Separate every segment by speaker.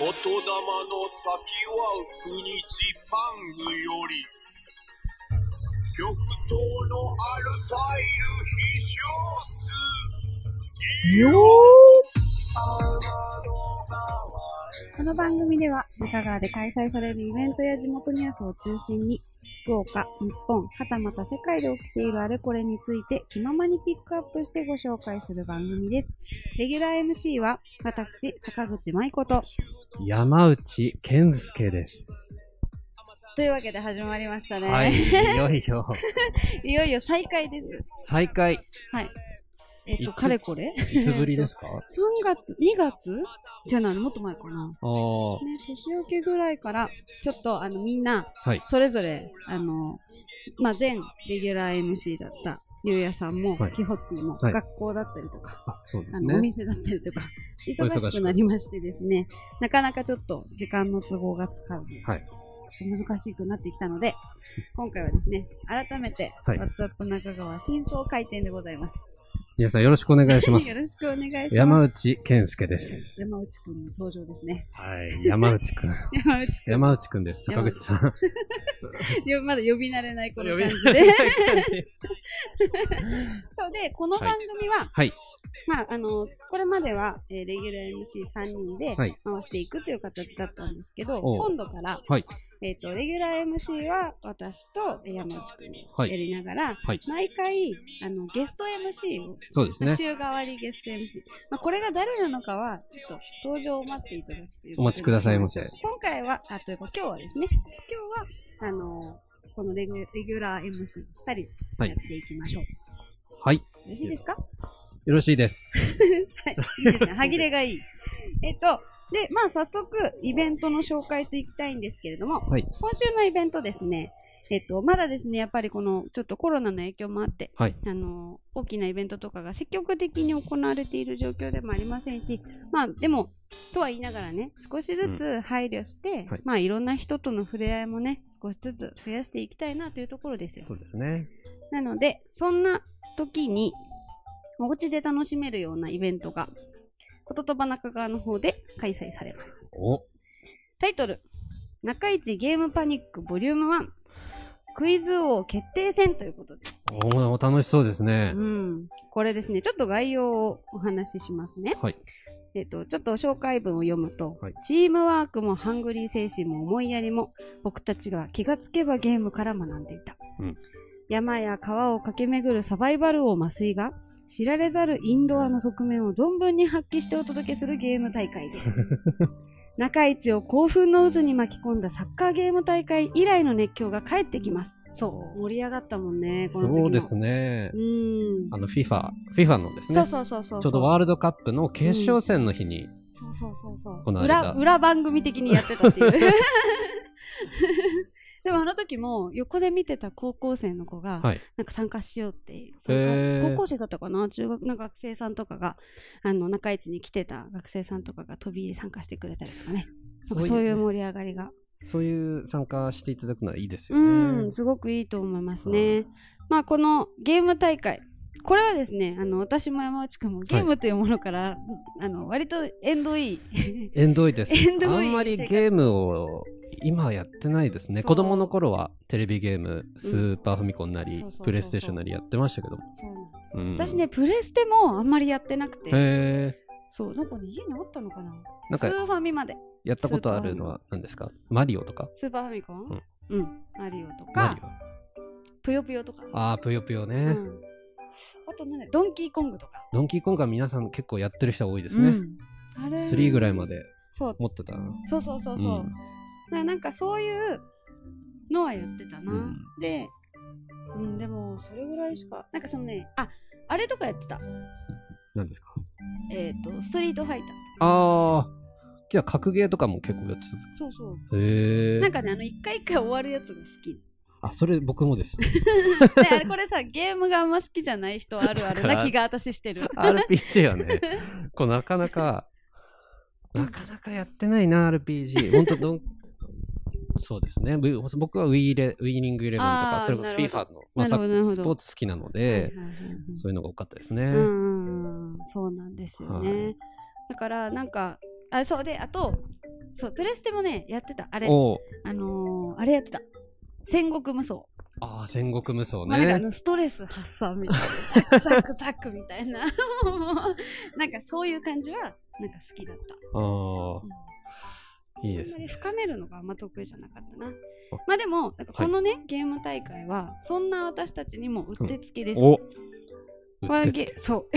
Speaker 1: 言霊の先は国ジパングより極東のアルタイル飛翔数
Speaker 2: よ
Speaker 3: この番組では、三河川で開催されるイベントや地元ニュースを中心に、福岡、日本、はたまた世界で起きているあれこれについて気ままにピックアップしてご紹介する番組です。レギュラー MC は、私、坂口舞子と、
Speaker 2: 山内健介です。
Speaker 3: というわけで始まりましたね。
Speaker 2: はい、いよいよ、
Speaker 3: いよいよ再開です。
Speaker 2: 再開。
Speaker 3: はい。えっ
Speaker 2: い
Speaker 3: と、
Speaker 2: つ
Speaker 3: かれこれ ?3
Speaker 2: いつぶりで すか
Speaker 3: 月、2月じゃないのもっと前かな。
Speaker 2: ああ、は
Speaker 3: ね、年明けぐらいから、ちょっとあのみんな、
Speaker 2: い。
Speaker 3: それぞれ、あの、まあ、前レギュラー MC だった、ゆうやさんも、
Speaker 2: はい
Speaker 3: キホッティも、
Speaker 2: はい
Speaker 3: 学校だったりとか、
Speaker 2: あ、そうで
Speaker 3: あ
Speaker 2: す
Speaker 3: の、お
Speaker 2: ね。
Speaker 3: 店だったりとか、
Speaker 2: お忙しく
Speaker 3: 忙しくなりましてですね、なかなかちょっと時間の都合がつかず、
Speaker 2: はい
Speaker 3: ちょっと難しくなってきたの で、今回はですね、改めて、
Speaker 2: はい
Speaker 3: WhatsApp 中川真相回転でございます。
Speaker 2: 皆さんよろしくお願いします
Speaker 3: よ。ろしくお願いします。
Speaker 2: 山内健 介です。
Speaker 3: 山内くんの登場ですね。
Speaker 2: はい、山内くん。
Speaker 3: 山内くん。
Speaker 2: 山内くんです。坂口さん。
Speaker 3: よまだ呼び慣れないこの
Speaker 2: 呼び
Speaker 3: 感
Speaker 2: 慣
Speaker 3: じ
Speaker 2: れ
Speaker 3: で
Speaker 2: な。い感じ
Speaker 3: そうで、この番組は、
Speaker 2: はい。
Speaker 3: まあ、あの、これまでは、えーレギュラー MC3 人で
Speaker 2: はい
Speaker 3: 回していくという形だったんですけど、
Speaker 2: おう
Speaker 3: 今度から、
Speaker 2: はい
Speaker 3: えっ、と、レギュラー MC は私とえー山内くんで
Speaker 2: は
Speaker 3: や
Speaker 2: い
Speaker 3: りながら、
Speaker 2: はい。
Speaker 3: 毎回、あの、ゲスト MC を、
Speaker 2: そうですね。
Speaker 3: 週替わりゲスト MC。まあ、これが誰なのかは、ちょっと登場を待っていただくということで
Speaker 2: お待ちくださいませ
Speaker 3: 今回は、あ、というか今日はですね、今日は、あのこのレギュレギュラー MC2 人でやっていきましょう。
Speaker 2: はい。
Speaker 3: よろしいですか
Speaker 2: よろしいです。
Speaker 3: い いですね。歯切れがいい。えっと、で、まあ早速、イベントの紹介といきたいんですけれども、
Speaker 2: はい。
Speaker 3: 今週のイベントですね、えっと、まだですね、やっぱりこの、ちょっとコロナの影響もあって、
Speaker 2: はい。
Speaker 3: あの、大きなイベントとかが積極的に行われている状況でもありませんし、まあでも、とは言いながらね、少しずつ配慮して、
Speaker 2: はい
Speaker 3: まあいろんな人との触れ合いもね、少しずつ増やしていきたいなというところですよ。
Speaker 2: そうですね。
Speaker 3: なので、そんな時に、お家で楽しめるようなイベントが、言葉中川の方で開催されます。
Speaker 2: お、
Speaker 3: タイトル、中市ゲームパニックボリューム1、クイズ王決定戦ということで。
Speaker 2: お、お楽しそうですね
Speaker 3: う。ん。これですね、ちょっと概要をお話ししますね。
Speaker 2: はい。
Speaker 3: えっと、ちょっと紹介文を読むと、
Speaker 2: はい
Speaker 3: チームワークもハングリー精神も思いやりも、僕たちが気がつけばゲームから学んでいた。
Speaker 2: うん
Speaker 3: 山や川を駆け巡るサバイバル王麻酔が、知られざるインドアの側面を存分に発揮してお届けするゲーム大会 です。中市を興奮の渦に巻き込んだサッカーゲーム大会以来の熱狂が帰ってきます。そう、盛り上がったもんね、この時も
Speaker 2: そうですね
Speaker 3: う。ん。
Speaker 2: あの、FIFA、FIFA のですね。
Speaker 3: そうそうそうそう。
Speaker 2: ちょうどワールドカップの決勝戦の日に、
Speaker 3: そうそうそうそう。
Speaker 2: この
Speaker 3: 裏、
Speaker 2: 間
Speaker 3: 裏番組的にやってたって いう。でもあの時も横で見てた高校生の子が、
Speaker 2: はい
Speaker 3: なんか参加しようって、
Speaker 2: へー
Speaker 3: 高校生だったかな中学の学生さんとかが、あの、中市に来てた学生さんとかが飛び入り参加してくれたりとかね。なんかそういう盛り上がりが。
Speaker 2: そういう参加していただくのはいいです
Speaker 3: う
Speaker 2: よね。
Speaker 3: ん、すごくいいと思いますね。まあ、このゲーム大会。これはですね、あの、私も山内くんもゲームというものから、あの、割と縁遠い
Speaker 2: 縁遠いです。
Speaker 3: 縁遠い
Speaker 2: あんまりゲームを今はやってないですね。
Speaker 3: そう
Speaker 2: 子供の頃はテレビゲーム、スーパーファミコンなり
Speaker 3: そうそうそうそう、
Speaker 2: プレイステーションなりやってましたけども。
Speaker 3: そうなんです、
Speaker 2: うん
Speaker 3: 私ねプレステもあんまりやってなくて
Speaker 2: へえ。
Speaker 3: そうなんかね家にあったのかな
Speaker 2: なんか
Speaker 3: スーファミまで
Speaker 2: やったことあるのは何ですかマリオとか
Speaker 3: スーパーファミコンうん、マリオと
Speaker 2: マ
Speaker 3: か
Speaker 2: リオ。
Speaker 3: ぷよぷよとか
Speaker 2: ああ、ぷよぷよね。
Speaker 3: うん、あとねドンキーコングとか
Speaker 2: ドンキーコングは皆さん結構やってる人多いで
Speaker 3: です
Speaker 2: ね。
Speaker 3: あれ
Speaker 2: 3ぐらいまで
Speaker 3: そう
Speaker 2: 持ってたな。
Speaker 3: そうそうそうそう、
Speaker 2: うん
Speaker 3: ななんかそういうのはやってたな、
Speaker 2: うん
Speaker 3: で、うん、でもそれぐらいしかなんかそのねああれとかやってた
Speaker 2: 何ですか
Speaker 3: えっ、とストリートファイター
Speaker 2: ああ。じゃあ、格ゲーとかも結構やってたんです
Speaker 3: そうそう
Speaker 2: かへえ。
Speaker 3: なんかねあの一回一回終わるやつが好き
Speaker 2: あ、それ僕もです。
Speaker 3: ね、あれこれさゲームがあんま好きじゃない人あるある
Speaker 2: だか
Speaker 3: な
Speaker 2: ら
Speaker 3: 気が私してる
Speaker 2: RPG はね、こうなかなか、 なかなかやってないな、RPG。ほんとどん、そうですね。ブ僕はウィーレウィーニングイレブンと
Speaker 3: あ
Speaker 2: か
Speaker 3: ー、
Speaker 2: それこそ
Speaker 3: なるほ
Speaker 2: FIFA の、まあ、
Speaker 3: なるほどなるほど
Speaker 2: スポーツ好きなの
Speaker 3: はい
Speaker 2: で、
Speaker 3: はいはい
Speaker 2: そういうのが多かったですね。
Speaker 3: うんうんうんそうなんですよね、
Speaker 2: は
Speaker 3: だからなんかあそうであとそう、プレステもね、やってた。あれ、
Speaker 2: おう
Speaker 3: あのー、あれやってた。戦国無双。
Speaker 2: ああ、戦国無双
Speaker 3: まあ、なんかあ
Speaker 2: ね。
Speaker 3: のストレス発散みたいな。ザクザクザクみたいな。 もうなんかそういう感じは、なんか好きだった。
Speaker 2: あ
Speaker 3: うん
Speaker 2: あ、いいで
Speaker 3: あ
Speaker 2: す
Speaker 3: んま
Speaker 2: ね。
Speaker 3: り深めるのがあんま得意じゃなかったな。まあでも、なんかこのね、ゲーム大会は、そんな私たちにもうってつけです。
Speaker 2: お
Speaker 3: これは
Speaker 2: うって
Speaker 3: ゲ そ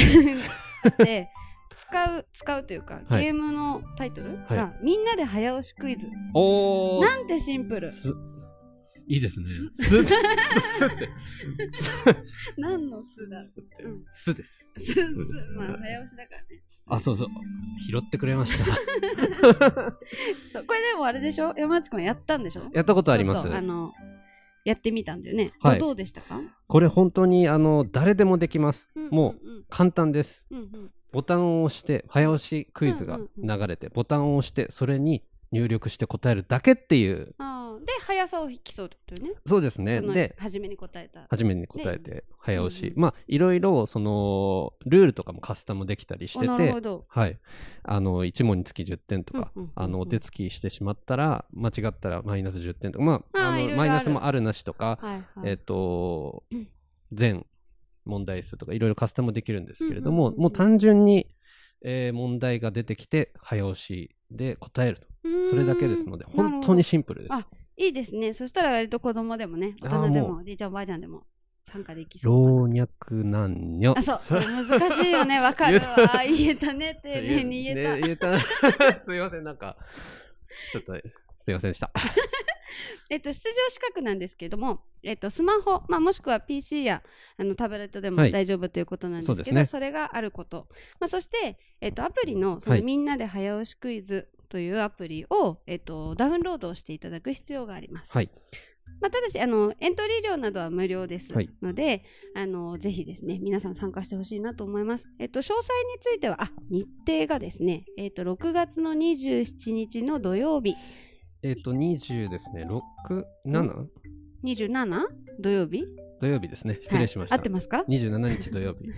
Speaker 3: う。で、使う、使うというか、
Speaker 2: はい
Speaker 3: ゲームのタイトルが、
Speaker 2: は
Speaker 3: みんなで早押しクイズ。
Speaker 2: おー
Speaker 3: なんてシンプル。
Speaker 2: すいいですね。す って、すって、
Speaker 3: 何の巣だ。うん
Speaker 2: すです。
Speaker 3: 巣、巣。 まあ、早押しだからね。
Speaker 2: あ、そうそう。拾ってくれました。
Speaker 3: そうこれでもあれでしょ山内くんやったんでしょ
Speaker 2: やったことありま
Speaker 3: ち
Speaker 2: す
Speaker 3: ょっと。あの、やってみたんだよね。
Speaker 2: はい
Speaker 3: どうでしたか
Speaker 2: これ本当に、あの、誰でもできます。も
Speaker 3: うんうん
Speaker 2: 簡単です。
Speaker 3: うん、うんうん。
Speaker 2: ボタンを押して、早押しクイズが流れて、ボタンを押して、それに入力して答えるだけっていう。
Speaker 3: あーで速さを競うってことね。
Speaker 2: そうですね。
Speaker 3: その
Speaker 2: で、
Speaker 3: 初めに答えた。
Speaker 2: 初めに答えて、早押
Speaker 3: う
Speaker 2: し
Speaker 3: ん。うん
Speaker 2: まあ、いろいろ、その、ルールとかもカスタムできたりし
Speaker 3: お
Speaker 2: て
Speaker 3: なる
Speaker 2: て
Speaker 3: ほ、ど。
Speaker 2: はい。あの、1問につき10点とか、
Speaker 3: うんうんうんうん
Speaker 2: あの、お手つきしてしまったら、間違ったらマイナス10点とか、まあ、
Speaker 3: あー
Speaker 2: あ
Speaker 3: いろいろあ
Speaker 2: の、
Speaker 3: る
Speaker 2: マイナスもあるなしとか、
Speaker 3: はいはい。
Speaker 2: えっと
Speaker 3: うん、
Speaker 2: 全問題数とかいろいろカスタムできるんですけれど
Speaker 3: うんうん
Speaker 2: も
Speaker 3: う、んうん
Speaker 2: もう単純に、えー問題が出てきて、早押しで答えると。
Speaker 3: うーん
Speaker 2: それだけですので、
Speaker 3: なるほど
Speaker 2: 本当にシンプルです
Speaker 3: あ。いいですね。そしたら割と子供でもね、大人で
Speaker 2: あーも
Speaker 3: も、おじいちゃんおばあちゃんでも参加できそう
Speaker 2: 老若男女
Speaker 3: な。あ、。そう。それ難しいよね。わかる
Speaker 2: 言えた
Speaker 3: わ。あー言えたね。丁寧に言えた。
Speaker 2: ね言えた すいません、なんか、ちょっと、すいませんでした。
Speaker 3: えっと、出場資格なんですけれども、えっと、スマホ、まあ、もしくは PC やあのタブレットでも
Speaker 2: はい
Speaker 3: 大丈夫ということなんですけど、
Speaker 2: そうで
Speaker 3: そ
Speaker 2: すね
Speaker 3: れがあること、まあ、そして、えっと、アプリのその、
Speaker 2: はい
Speaker 3: みんなで早押しクイズというアプリを、えっと、ダウンロードをしていただく必要があります。
Speaker 2: はい
Speaker 3: まあ、ただしあの、エントリー料などは無料です
Speaker 2: はい
Speaker 3: ので、あのぜひですね、皆さん参加してほしいなと思います。えっと、詳細については、あ日程がですね、えっと、6月の27日の土曜日、
Speaker 2: えっ、と、20ですね、6、7?
Speaker 3: 27? 土曜日
Speaker 2: 土曜日ですね。失礼しました。
Speaker 3: はい合ってます か
Speaker 2: 27日土曜日。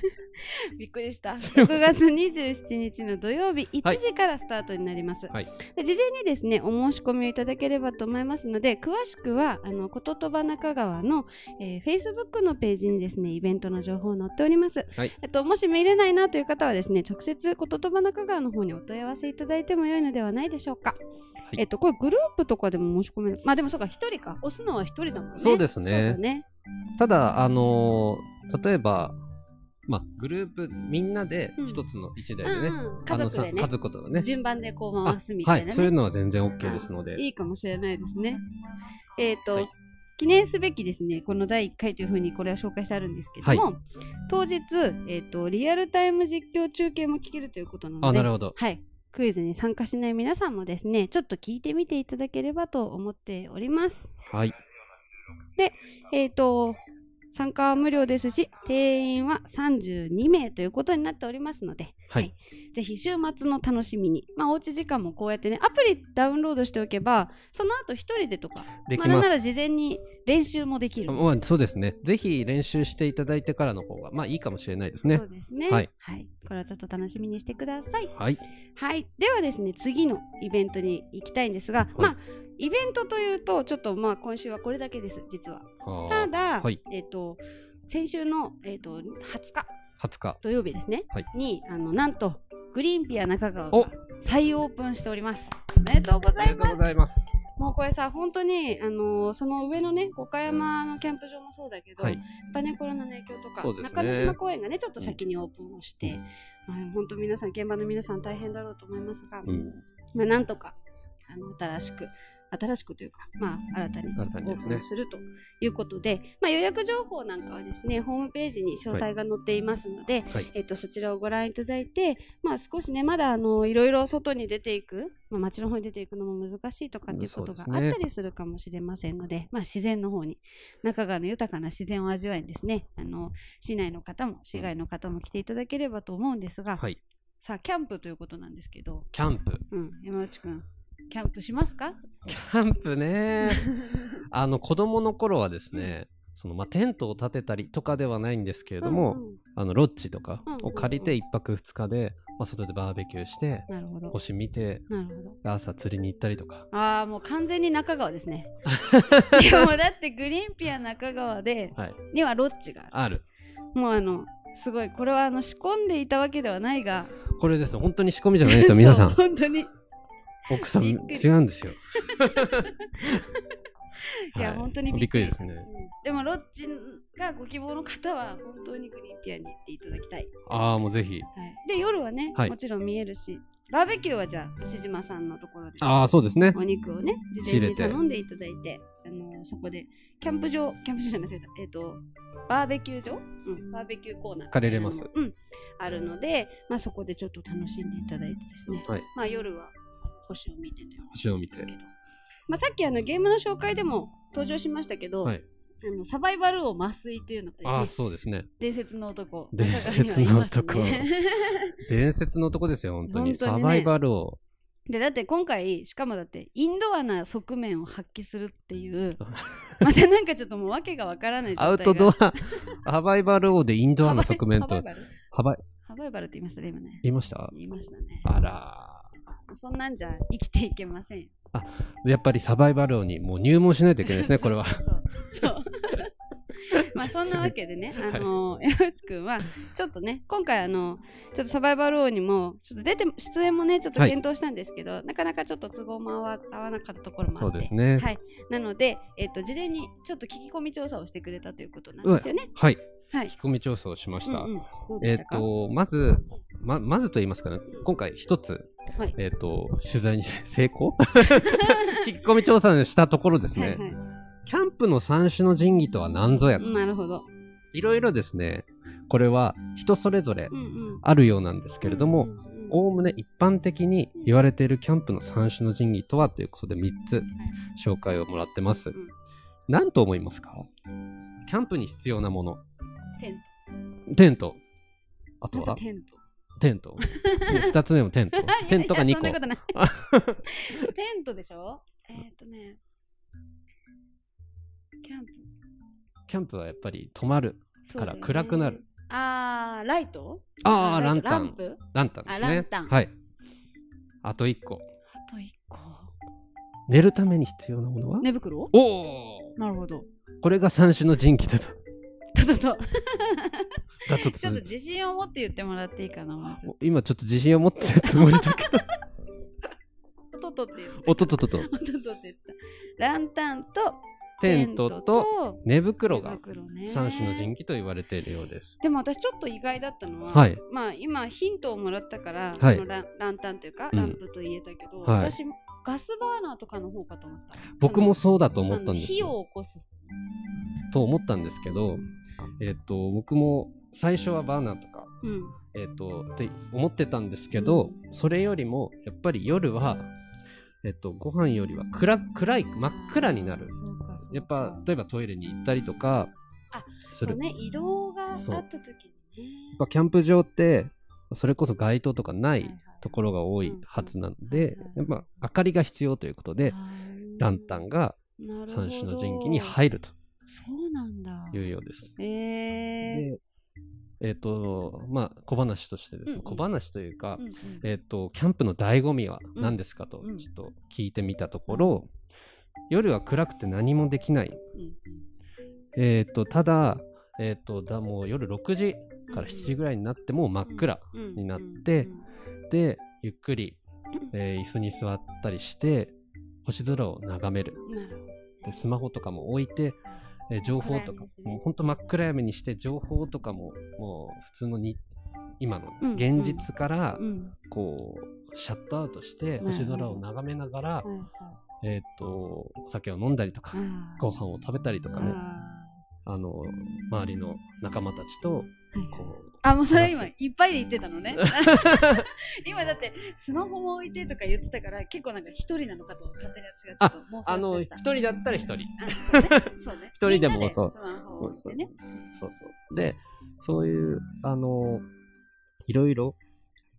Speaker 3: びっくりした。6月27日の土曜日
Speaker 2: はい
Speaker 3: 1時からスタートになります。
Speaker 2: はい
Speaker 3: で事前にですねお申し込みをいただければと思いますので詳しくはあのこととば中川の、えー、Facebook のページにですねイベントの情報を載っております。
Speaker 2: はい
Speaker 3: えっともし見れないなという方はですね直接こととば中川の方にお問い合わせいただいても良いのではないでしょうか。
Speaker 2: い
Speaker 3: えっとこれグループとかでも申し込めるまあでもそうか一人か押すのは一人だもんね。
Speaker 2: そうですね
Speaker 3: そうだね。
Speaker 2: ただ、あのー例えば、まあ、グループみんなで
Speaker 3: うん
Speaker 2: 一つの一
Speaker 3: う
Speaker 2: 台
Speaker 3: ん
Speaker 2: でね、
Speaker 3: うん、家族で
Speaker 2: あのさ
Speaker 3: ね
Speaker 2: 家族とかね
Speaker 3: 順番でこう
Speaker 2: あ
Speaker 3: 回すみたいなね。
Speaker 2: はい、そういうのは全然 OK ですので
Speaker 3: いいかもしれないですね。えっ、と、
Speaker 2: はい
Speaker 3: 記念すべきですね、この第1回というふうにこれは紹介してあるんですけども、当日、えっ、と、リアルタイム実況中継も聞けるということな
Speaker 2: あ
Speaker 3: ので、
Speaker 2: なるほど
Speaker 3: はい。クイズに参加しない皆さんもですね、ちょっと聞いてみていただければと思っております。
Speaker 2: はい
Speaker 3: えっ、と、参加は無料ですし、定員は32名ということになっておりますので、
Speaker 2: はい、
Speaker 3: はいぜひ週末の楽しみに、まあ、おうち時間もこうやってね、アプリダウンロードしておけば、その後一人でとか、
Speaker 2: で
Speaker 3: まあ、
Speaker 2: き
Speaker 3: なんな
Speaker 2: ます
Speaker 3: ら事前に練習もできる。
Speaker 2: まあ、そうですねぜひ練習していただいてからの方がまあいいかもしれないですね
Speaker 3: そうですね、は
Speaker 2: はいい。
Speaker 3: これはちょっと楽しみにしてください。
Speaker 2: はい
Speaker 3: はい。ではですね、次のイベントに行きたいんですが、まあ、イベントというと、ちょっとまあ、今週はこれだけです、実は。
Speaker 2: あー
Speaker 3: ただ、
Speaker 2: はい
Speaker 3: えっ、と、先週の、えっ、と、20日、
Speaker 2: 20日
Speaker 3: 土曜日ですね、
Speaker 2: はい
Speaker 3: に、あの、なんと、グリーンピア中川
Speaker 2: お
Speaker 3: が再オープンしております。おめでとうござ
Speaker 2: あり
Speaker 3: い
Speaker 2: が
Speaker 3: ま
Speaker 2: とうご
Speaker 3: す。
Speaker 2: ざいます
Speaker 3: もうこれさ、本当に、あのーその上のね、岡山のキャンプ場もそうだけど、
Speaker 2: はい
Speaker 3: やっぱね、コロナの影響とか、
Speaker 2: そうですね
Speaker 3: 中之島公園がね、ちょっと先にオープンをして、まあ、本当皆さん、現場の皆さん大変だろうと思いますが、
Speaker 2: うん
Speaker 3: まあ、なんとか、あの、新しく、新しくというか、まあ、新たに
Speaker 2: 新たに
Speaker 3: オ
Speaker 2: で
Speaker 3: ー
Speaker 2: す
Speaker 3: プ
Speaker 2: ね
Speaker 3: ンするということで、まあ、予約情報なんかはですね、ホームページに詳細が載っていますので、
Speaker 2: はい
Speaker 3: えっと、そちらをご覧いただいて、まあ、少しね、まだあのいろいろ外に出ていく、まあ、街の方に出ていくのも難しいとかっていうことが
Speaker 2: そうです
Speaker 3: あ
Speaker 2: ね
Speaker 3: ったりするかもしれませんので、まあ、自然の方に、中川の豊かな自然を味わいにですね、あの市内の方も市外の方も来ていただければと思うんですが、
Speaker 2: はい
Speaker 3: さあ、キャンプということなんですけど、
Speaker 2: キャンプ
Speaker 3: うん、山内くん、キャンプしますか
Speaker 2: キャンプねあの子供の頃はですねそのまあ、テントを建てたりとかではないんですけれども、
Speaker 3: うんうん
Speaker 2: あのロッジとか
Speaker 3: うんうんうん
Speaker 2: を借りて1泊2日で、まあ、外でバーベキューして
Speaker 3: なるほど。
Speaker 2: 星見て
Speaker 3: なるほど。
Speaker 2: 朝釣りに行ったりとか
Speaker 3: ああ、もう完全に中川です ね。いやもうだってグリーンピア中川で、
Speaker 2: はい
Speaker 3: にはロッジがある。
Speaker 2: ある
Speaker 3: もうあの、すごい、これはあの仕込んでいたわけではないが、
Speaker 2: これですね本当に仕込みじゃないです よ皆さ
Speaker 3: そうん本当に。い
Speaker 2: 奥さん
Speaker 3: び
Speaker 2: 違
Speaker 3: っくり
Speaker 2: うんで すよ
Speaker 3: や、
Speaker 2: はい
Speaker 3: 本当に
Speaker 2: びっくりです
Speaker 3: う
Speaker 2: ね
Speaker 3: んでもロッジがご希望の方は本当にグリーンピアに行っていただきたい。
Speaker 2: ああもうぜ
Speaker 3: は
Speaker 2: ひ
Speaker 3: い、で夜はね、
Speaker 2: はい
Speaker 3: もちろん見えるしバーベキューはじゃあ牛島さんのところで
Speaker 2: ああそうですね
Speaker 3: お肉をね
Speaker 2: 仕
Speaker 3: 事
Speaker 2: 入
Speaker 3: 前
Speaker 2: れ
Speaker 3: に
Speaker 2: て
Speaker 3: 頼んでいただいて、あのーそこでキャンプ場キャンプ場じゃない間違えたえっ、とバーベキュー場、うん、バーベキューコーナー
Speaker 2: 借りれます
Speaker 3: うん、あるので、まあ、そこでちょっと楽しんでいただいてですね、
Speaker 2: はい
Speaker 3: まあ、夜は星を見てという
Speaker 2: 星を見
Speaker 3: ことです
Speaker 2: て
Speaker 3: けど、まあ、さっきあのゲームの紹介でも登場しましたけど、
Speaker 2: はい
Speaker 3: あのサバイバル王麻酔というの
Speaker 2: あ
Speaker 3: が
Speaker 2: あ
Speaker 3: ですね
Speaker 2: そうですね
Speaker 3: 伝説の男
Speaker 2: 伝説の男
Speaker 3: 中川にはいますね
Speaker 2: 伝説のとこですよ本当に
Speaker 3: 本当にね
Speaker 2: サバイバルを
Speaker 3: でだって今回しかもだってインドアな側面を発揮するっていう
Speaker 2: あ
Speaker 3: またなんかちょっともう訳がわからない状態
Speaker 2: ア
Speaker 3: が
Speaker 2: ウトドアサバイバル王でインドアの側面
Speaker 3: ハ
Speaker 2: と
Speaker 3: バイバル
Speaker 2: 幅
Speaker 3: ハバイバルって言いましたね今ね
Speaker 2: 言いました
Speaker 3: 言いましたね
Speaker 2: あら
Speaker 3: そんなんじゃ生きていけませんよ
Speaker 2: ーやっぱりサバイバル王にもう入門しないといけないです ねこれは
Speaker 3: そうそうまあそんなわけで ね、あの山内くんはちょっとね今回あのちょっとサバイバル王にもちょっと出て出演もねちょっと検討したんですけど、なかなかちょっと都合も合わ合わなかったところもあ
Speaker 2: そ
Speaker 3: っ
Speaker 2: う
Speaker 3: て
Speaker 2: ですね
Speaker 3: はい、なので、えっと事前にちょっと聞き込み調査をしてくれたということなんですよね。
Speaker 2: はい
Speaker 3: はい
Speaker 2: 聞き込み調査をしまし
Speaker 3: うん
Speaker 2: た
Speaker 3: うん、どうで
Speaker 2: え
Speaker 3: し
Speaker 2: った
Speaker 3: か、
Speaker 2: とまずままずと言いますかね今回一つ
Speaker 3: はい
Speaker 2: えっと取材に 成 功聞き込み調査をしたところです
Speaker 3: は
Speaker 2: ね
Speaker 3: いはい
Speaker 2: キャンプの三種の神器とは何ぞやと
Speaker 3: なるほど。
Speaker 2: いろいろですねこれは人それぞれ
Speaker 3: うんうん、
Speaker 2: あるようなんですけれども、
Speaker 3: うんうん
Speaker 2: おおむね一般的に言われているキャンプの三種の神器とはということで3つ紹介をもらってます
Speaker 3: うん。
Speaker 2: 何と思いますかキャンプに必要なもの。
Speaker 3: テン
Speaker 2: テント。あ
Speaker 3: ト。
Speaker 2: と
Speaker 3: なんか
Speaker 2: は
Speaker 3: テント。
Speaker 2: テント。2つ 目もテント。テントが
Speaker 3: いや
Speaker 2: 2
Speaker 3: いやそんなこ
Speaker 2: 個。
Speaker 3: とないテントでしょえーっ、とね、キャンプ。
Speaker 2: キャンプはやっぱり泊まる。
Speaker 3: そうだよね
Speaker 2: から暗くなる。
Speaker 3: あー、ライト
Speaker 2: ああ、ラン
Speaker 3: ラ
Speaker 2: タ
Speaker 3: ン
Speaker 2: ン。
Speaker 3: プ
Speaker 2: ランタンです
Speaker 3: あラ
Speaker 2: ね
Speaker 3: ンタン。
Speaker 2: はい。あと1個。
Speaker 3: あと一個。
Speaker 2: 寝るために必要なものは
Speaker 3: 寝袋
Speaker 2: おお
Speaker 3: なるほど。
Speaker 2: これが三種の神器だと。
Speaker 3: ととと。
Speaker 2: だちょっと
Speaker 3: ちょっと自信を持って言ってもらっていいかな。もうちょっ
Speaker 2: 今ちょっと自信を持ってるつもりだけ
Speaker 3: と
Speaker 2: ど。
Speaker 3: ととって言ってた
Speaker 2: おっとっとっとっと。
Speaker 3: おっとっとって言った。ランタンと
Speaker 2: テントと寝袋が
Speaker 3: 袋ね
Speaker 2: 三種の神器と言われているようです。
Speaker 3: でも私ちょっと意外だったのは、
Speaker 2: はい
Speaker 3: まあ今ヒントをもらったから、
Speaker 2: はい
Speaker 3: そのランランタンというか、
Speaker 2: うん
Speaker 3: ランプと言えたけど、
Speaker 2: はい
Speaker 3: 私ガスバーナーとかの方かと思ってた
Speaker 2: 僕も
Speaker 3: そ
Speaker 2: そうだと
Speaker 3: の
Speaker 2: 思ったんです
Speaker 3: あの火
Speaker 2: よ。
Speaker 3: を起こす
Speaker 2: と思ったんですけど、えっと僕も最初はバーナーとか、
Speaker 3: うん
Speaker 2: えっとって思ってたんですけど、それよりもやっぱり夜は、えっとご飯よりは暗暗い真っ暗になる。
Speaker 3: そうかそうか
Speaker 2: やっぱ例えばトイレに行ったりとか
Speaker 3: あそ
Speaker 2: する。
Speaker 3: う
Speaker 2: や
Speaker 3: ね移動があった
Speaker 2: そう
Speaker 3: 時に
Speaker 2: っぱキャンプ場ってそれこそ街灯とかな
Speaker 3: ね
Speaker 2: いところが多いはずなので
Speaker 3: うん、う
Speaker 2: やっ
Speaker 3: ん
Speaker 2: ぱ明かりが必要ということで。ランタンが
Speaker 3: ン
Speaker 2: 三種の神器に入ると
Speaker 3: そうなんだ
Speaker 2: いうようです。
Speaker 3: えー
Speaker 2: でえっ、とまあ小話としてですね、
Speaker 3: うんうん
Speaker 2: 小話というか、
Speaker 3: うんうん
Speaker 2: えっ、とキャンプの醍醐味は何ですかと
Speaker 3: うん
Speaker 2: ちょっと聞いてみたところ、夜は暗くて何もできない。えっ、とただえっ、とだもう夜6時
Speaker 3: うん
Speaker 2: から7時ぐらいになってもう真っ暗になって
Speaker 3: うんうん
Speaker 2: でゆっくり、えー椅子に座ったりして星空を眺める。
Speaker 3: うんなるほど
Speaker 2: でスマホとかも置いて、えー情報と
Speaker 3: 暗闇
Speaker 2: か
Speaker 3: にする
Speaker 2: もうほんと真っ暗闇にして情報とかももう普通のに今の
Speaker 3: うん
Speaker 2: 現実から
Speaker 3: うん
Speaker 2: こうシャットアウトして
Speaker 3: うん
Speaker 2: 星空を眺めながら、
Speaker 3: はいはい
Speaker 2: えっ、とお酒を飲んだりとか、
Speaker 3: あー
Speaker 2: ご飯を食べたりとかねあ
Speaker 3: あ
Speaker 2: の周りの仲間たちと
Speaker 3: ーはい
Speaker 2: こ
Speaker 3: あ、もうそれ今
Speaker 2: 話
Speaker 3: いっぱいで言ってたのね。 今だってスマホも置いてとか言ってたから結構なんか一人なのかと勝手に私がちょっと
Speaker 2: あ
Speaker 3: 妄
Speaker 2: の
Speaker 3: 想して
Speaker 2: 一
Speaker 3: た。
Speaker 2: 人だったら一人
Speaker 3: あの、そうね。そうね。
Speaker 2: 一人でも
Speaker 3: みんな
Speaker 2: そう
Speaker 3: スマホを置いてね。
Speaker 2: そうそうでそういうあのいろいろ